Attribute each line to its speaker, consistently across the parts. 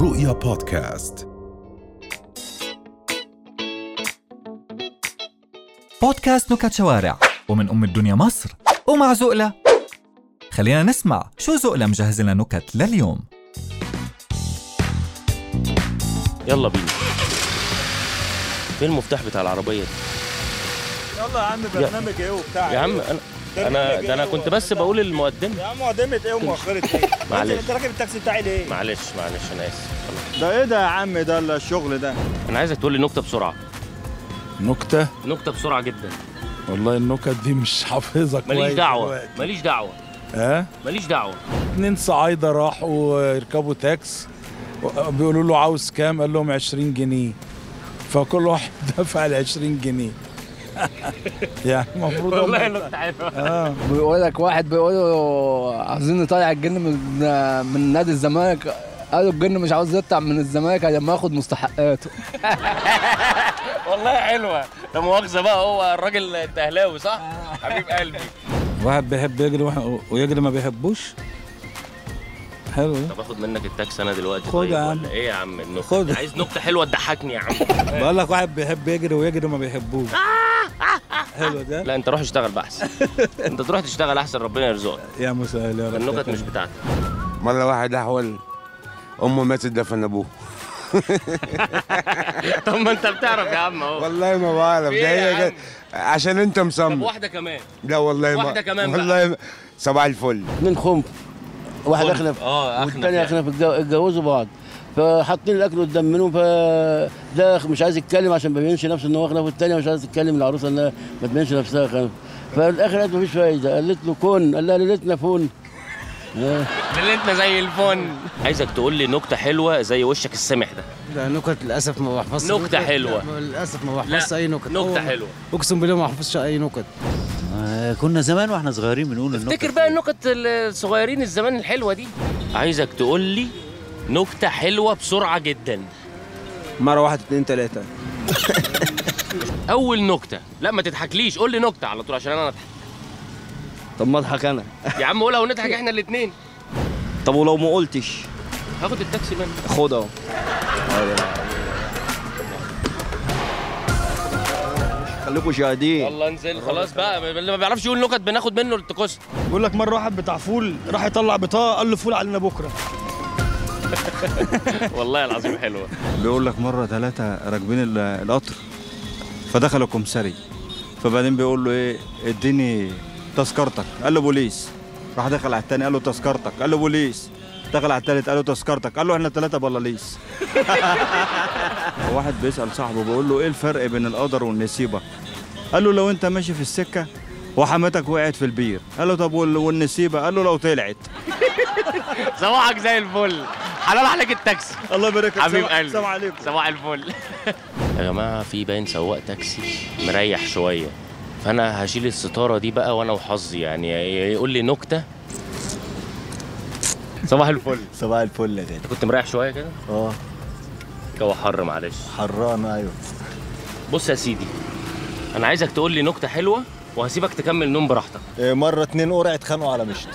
Speaker 1: رؤيا بودكاست
Speaker 2: بودكاست نكت شوارع ومن أم الدنيا مصر ومع زقلة خلينا نسمع شو زقلة مجهز لنا نكت لليوم
Speaker 3: يلا بينا فين المفتاح بتاع العربية دي؟
Speaker 4: يلا يا عم برنامج ايه وبتاع
Speaker 3: يا
Speaker 4: إيه؟
Speaker 3: عم انا انا ده انا كنت بس بقول المقدمة
Speaker 4: يا عم مقدمة ايه ومؤخرة ايه؟
Speaker 3: معلش.
Speaker 4: انت راكب التاكسي بتاعي ليه؟
Speaker 3: معلش معلش انا اسف خلاص.
Speaker 4: ده ايه ده يا عم ده الشغل ده؟
Speaker 3: انا عايزك تقول لي نكتة بسرعة
Speaker 5: نكتة
Speaker 3: نكتة بسرعة جدا
Speaker 5: والله النكت دي مش حافظها كويس
Speaker 3: ماليش دعوة
Speaker 5: دلوقتي.
Speaker 3: ماليش دعوة
Speaker 5: ها
Speaker 3: ماليش دعوة
Speaker 5: اتنين صعايدة راحوا يركبوا تاكس و- بيقولوا له عاوز كام قال لهم 20 جنيه فكل واحد دفع ال 20 جنيه يعني المفروض
Speaker 3: والله
Speaker 5: هم-
Speaker 3: نكتة حلوة
Speaker 5: اه
Speaker 6: بيقول لك واحد بيقول له عايزين نطلع الجن من من نادي الزمالك قالوا الجن مش عاوز يطلع من الزمالك لما ياخد مستحقاته
Speaker 3: والله حلوة لا مؤاخذة بقى هو الراجل الدهلاوي صح؟ حبيب قلبي
Speaker 7: واحد بيحب يجري واحد- ويجري ما بيحبوش حلو ده.
Speaker 3: طب اخد منك التاكسي انا دلوقتي
Speaker 7: خد
Speaker 3: طيب
Speaker 7: يا عم.
Speaker 3: ولا ايه يا عم النكتة
Speaker 7: خد.
Speaker 3: عايز نكتة حلوة تضحكني يا عم
Speaker 7: بقول لك واحد بيحب يجري ويجري ما بيحبوش حلو ده
Speaker 3: لا انت روح اشتغل بقى احسن انت تروح تشتغل احسن ربنا يرزقك
Speaker 7: يا مسهل يا رب
Speaker 3: النكت مش بتاعتك
Speaker 8: مرة واحد أحول أمه ماتت دفن أبوه
Speaker 3: طب ما انت بتعرف يا عم اهو
Speaker 8: والله ما بعرف
Speaker 3: إيه
Speaker 8: ده
Speaker 3: يا
Speaker 8: هي
Speaker 3: عم؟
Speaker 8: كده. عشان أنت
Speaker 3: طب
Speaker 8: مصمم
Speaker 3: واحدة كمان
Speaker 8: لا والله ما
Speaker 3: واحدة كمان بقى.
Speaker 8: والله ما. صباح الفل
Speaker 6: اتنين خنف واحد
Speaker 3: خنف.
Speaker 6: اخنف
Speaker 3: اه، أخنف
Speaker 6: والتاني
Speaker 3: يعني.
Speaker 6: اخنف اتجو- اتجوزوا بعض فحاطين الاكل قدام منهم فده مش عايز يتكلم عشان ما بينش نفسه ان هو اخنف والتانيه مش عايز تتكلم العروسه انها ما تبينش نفسها خنف فالاخر قالت مفيش فايده قالت له كن قال لها ليلتنا فون
Speaker 3: ليلتنا زي الفن عايزك تقول لي نكته حلوه زي وشك السمح ده
Speaker 9: ده نكت للاسف ما بحفظش
Speaker 3: نكتة حلوة.
Speaker 9: لا، للاسف ما بحفظش اي نكت
Speaker 3: نكته
Speaker 9: أول-
Speaker 3: حلوه
Speaker 9: اقسم بالله ما بحفظش اي نكت
Speaker 7: كنا زمان واحنا صغيرين بنقول
Speaker 3: افتكر بقى النكت الصغيرين الزمان الحلوه دي عايزك تقول لي نكته حلوه بسرعه جدا
Speaker 9: مره واحد اتنين تلاته
Speaker 3: اول نكته لا ما تضحكليش قول لي نكته على طول عشان انا اضحك
Speaker 9: طب ما اضحك انا
Speaker 3: يا عم قولها ونضحك احنا الاثنين
Speaker 9: طب ولو ما قلتش
Speaker 3: هاخد التاكسي منك
Speaker 9: خد اهو خليكم شاهدين
Speaker 3: والله انزل خلاص بقى اللي ما بيعرفش يقول نكت بناخد منه التكوس
Speaker 4: بيقول لك مرة واحد بتاع فول راح يطلع بطاقة قال له فول علينا بكرة
Speaker 3: والله العظيم حلوه
Speaker 7: بيقول لك مره ثلاثه راكبين ال- القطر فدخلوا كومساري فبعدين بيقول له ايه اديني تذكرتك قال له بوليس راح دخل على التاني قال له تذكرتك قال له بوليس دخل على التالت قال له تذكرتك قال له احنا ثلاثه بلاليس واحد بيسال صاحبه بيقول له ايه الفرق بين القدر والنسيبه قال له لو انت ماشي في السكه وحماتك وقعت في البير قال له طب وال- والنسيبه قال له لو طلعت
Speaker 3: صباحك زي الفل حلال عليك التاكسي
Speaker 4: الله يبارك لك
Speaker 3: حبيب
Speaker 4: سلام-
Speaker 3: قلبي
Speaker 4: سلام عليكم
Speaker 3: صباح الفل يا جماعه في باين سواق تاكسي مريح شويه فانا هشيل الستاره دي بقى وانا وحظي يعني يقول لي نكته صباح الفل
Speaker 7: صباح الفل يا غالي
Speaker 3: انت كنت مريح شويه كده
Speaker 7: اه
Speaker 3: الجو حر معلش
Speaker 7: حران ايوه
Speaker 3: بص يا سيدي انا عايزك تقول لي نكته حلوه وهسيبك تكمل نوم براحتك
Speaker 7: مرة اتنين قرع اتخانقوا على مشت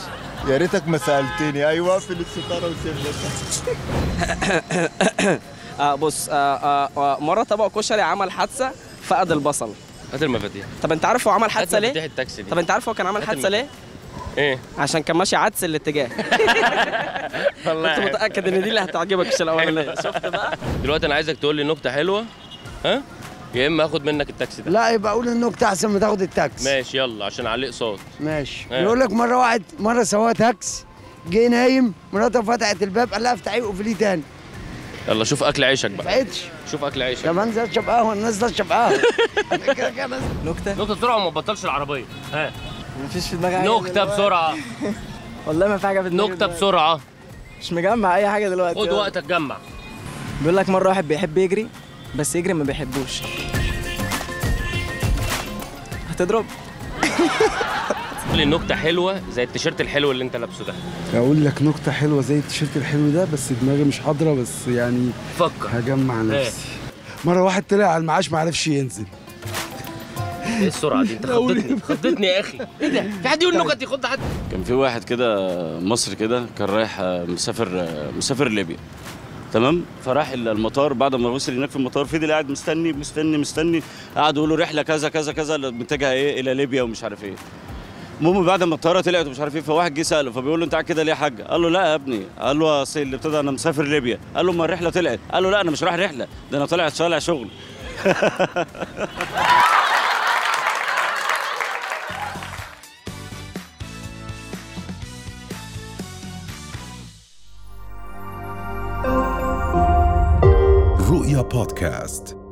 Speaker 7: يا ريتك ما سألتني ايوه اقفل الستارة وسيبني
Speaker 10: آه بص آه آه آه مره طبق كشري عمل حادثه فقد البصل
Speaker 3: هات المفاتيح
Speaker 10: طب انت عارف هو عمل حادثه
Speaker 3: هات مفاتيح
Speaker 10: ليه
Speaker 3: التاكسي دي
Speaker 10: طب انت عارف هو كان عمل
Speaker 3: هات
Speaker 10: حادثه ليه
Speaker 3: ايه
Speaker 10: عشان كان ماشي عدس الاتجاه كنت
Speaker 3: والله
Speaker 10: متاكد ان دي اللي هتعجبك مش الاولانيه شفت بقى
Speaker 3: دلوقتي انا عايزك تقول لي نكته حلوه ها يا اما هاخد منك التاكسي ده
Speaker 6: لا يبقى اقول النكته احسن ما تاخد التاكس
Speaker 3: ماشي يلا عشان عليه صوت
Speaker 6: ماشي
Speaker 3: ايه.
Speaker 6: بيقول لك مره واحد مره سواق تاكس جه نايم مراته فتحت الباب قال لها افتحيه وقفليه تاني
Speaker 3: يلا شوف اكل عيشك بقى
Speaker 6: فتحتش
Speaker 3: شوف اكل عيشك
Speaker 6: طب انزل اشرب قهوه نازل اشرب قهوه انا كده كده نازل.
Speaker 7: نكتة
Speaker 3: نكتة بسرعة وما تبطلش العربية ها
Speaker 10: مفيش في دماغي
Speaker 3: نكتة بسرعة
Speaker 10: والله ما في حاجه في
Speaker 3: نكتة بسرعة
Speaker 10: مش مجمع اي حاجه دلوقتي
Speaker 3: خد وقتك جمع
Speaker 10: بيقول لك مره واحد بيحب يجري بس يجري ما بيحبوش هتضرب
Speaker 3: قول لي نكتة حلوة زي التيشيرت الحلو اللي انت لابسه ده
Speaker 9: اقول لك نكته حلوه زي التيشيرت الحلو ده بس دماغي مش حاضره بس يعني
Speaker 3: فكر
Speaker 9: هجمع نفسي مره واحد طلع على المعاش ما عرفش ينزل
Speaker 3: ايه السرعة دي انت خضتني خضتني يا اخي ايه ده في حد يقول نكت يخض حد
Speaker 11: كان في واحد كده مصري كده كان رايح آه، مسافر آه، مسافر ليبيا
Speaker 1: تمام فراح ال- المطار بعد ما وصل هناك في المطار فضل قاعد مستني مستني مستني قعد يقول له رحله كذا كذا كذا اللي متجهه ايه الى ليبيا ومش عارف ايه المهم بعد ما الطياره طلعت ومش عارف ايه فواحد جه ساله فبيقول له انت قاعد كده ليه يا حاج؟ قال له لا يا ابني قال له اصل اللي ابتدى انا مسافر ليبيا قال له ما الرحله طلعت قال له لا انا مش رايح رحله ده انا طالع طالع شغل
Speaker 11: رؤيا بودكاست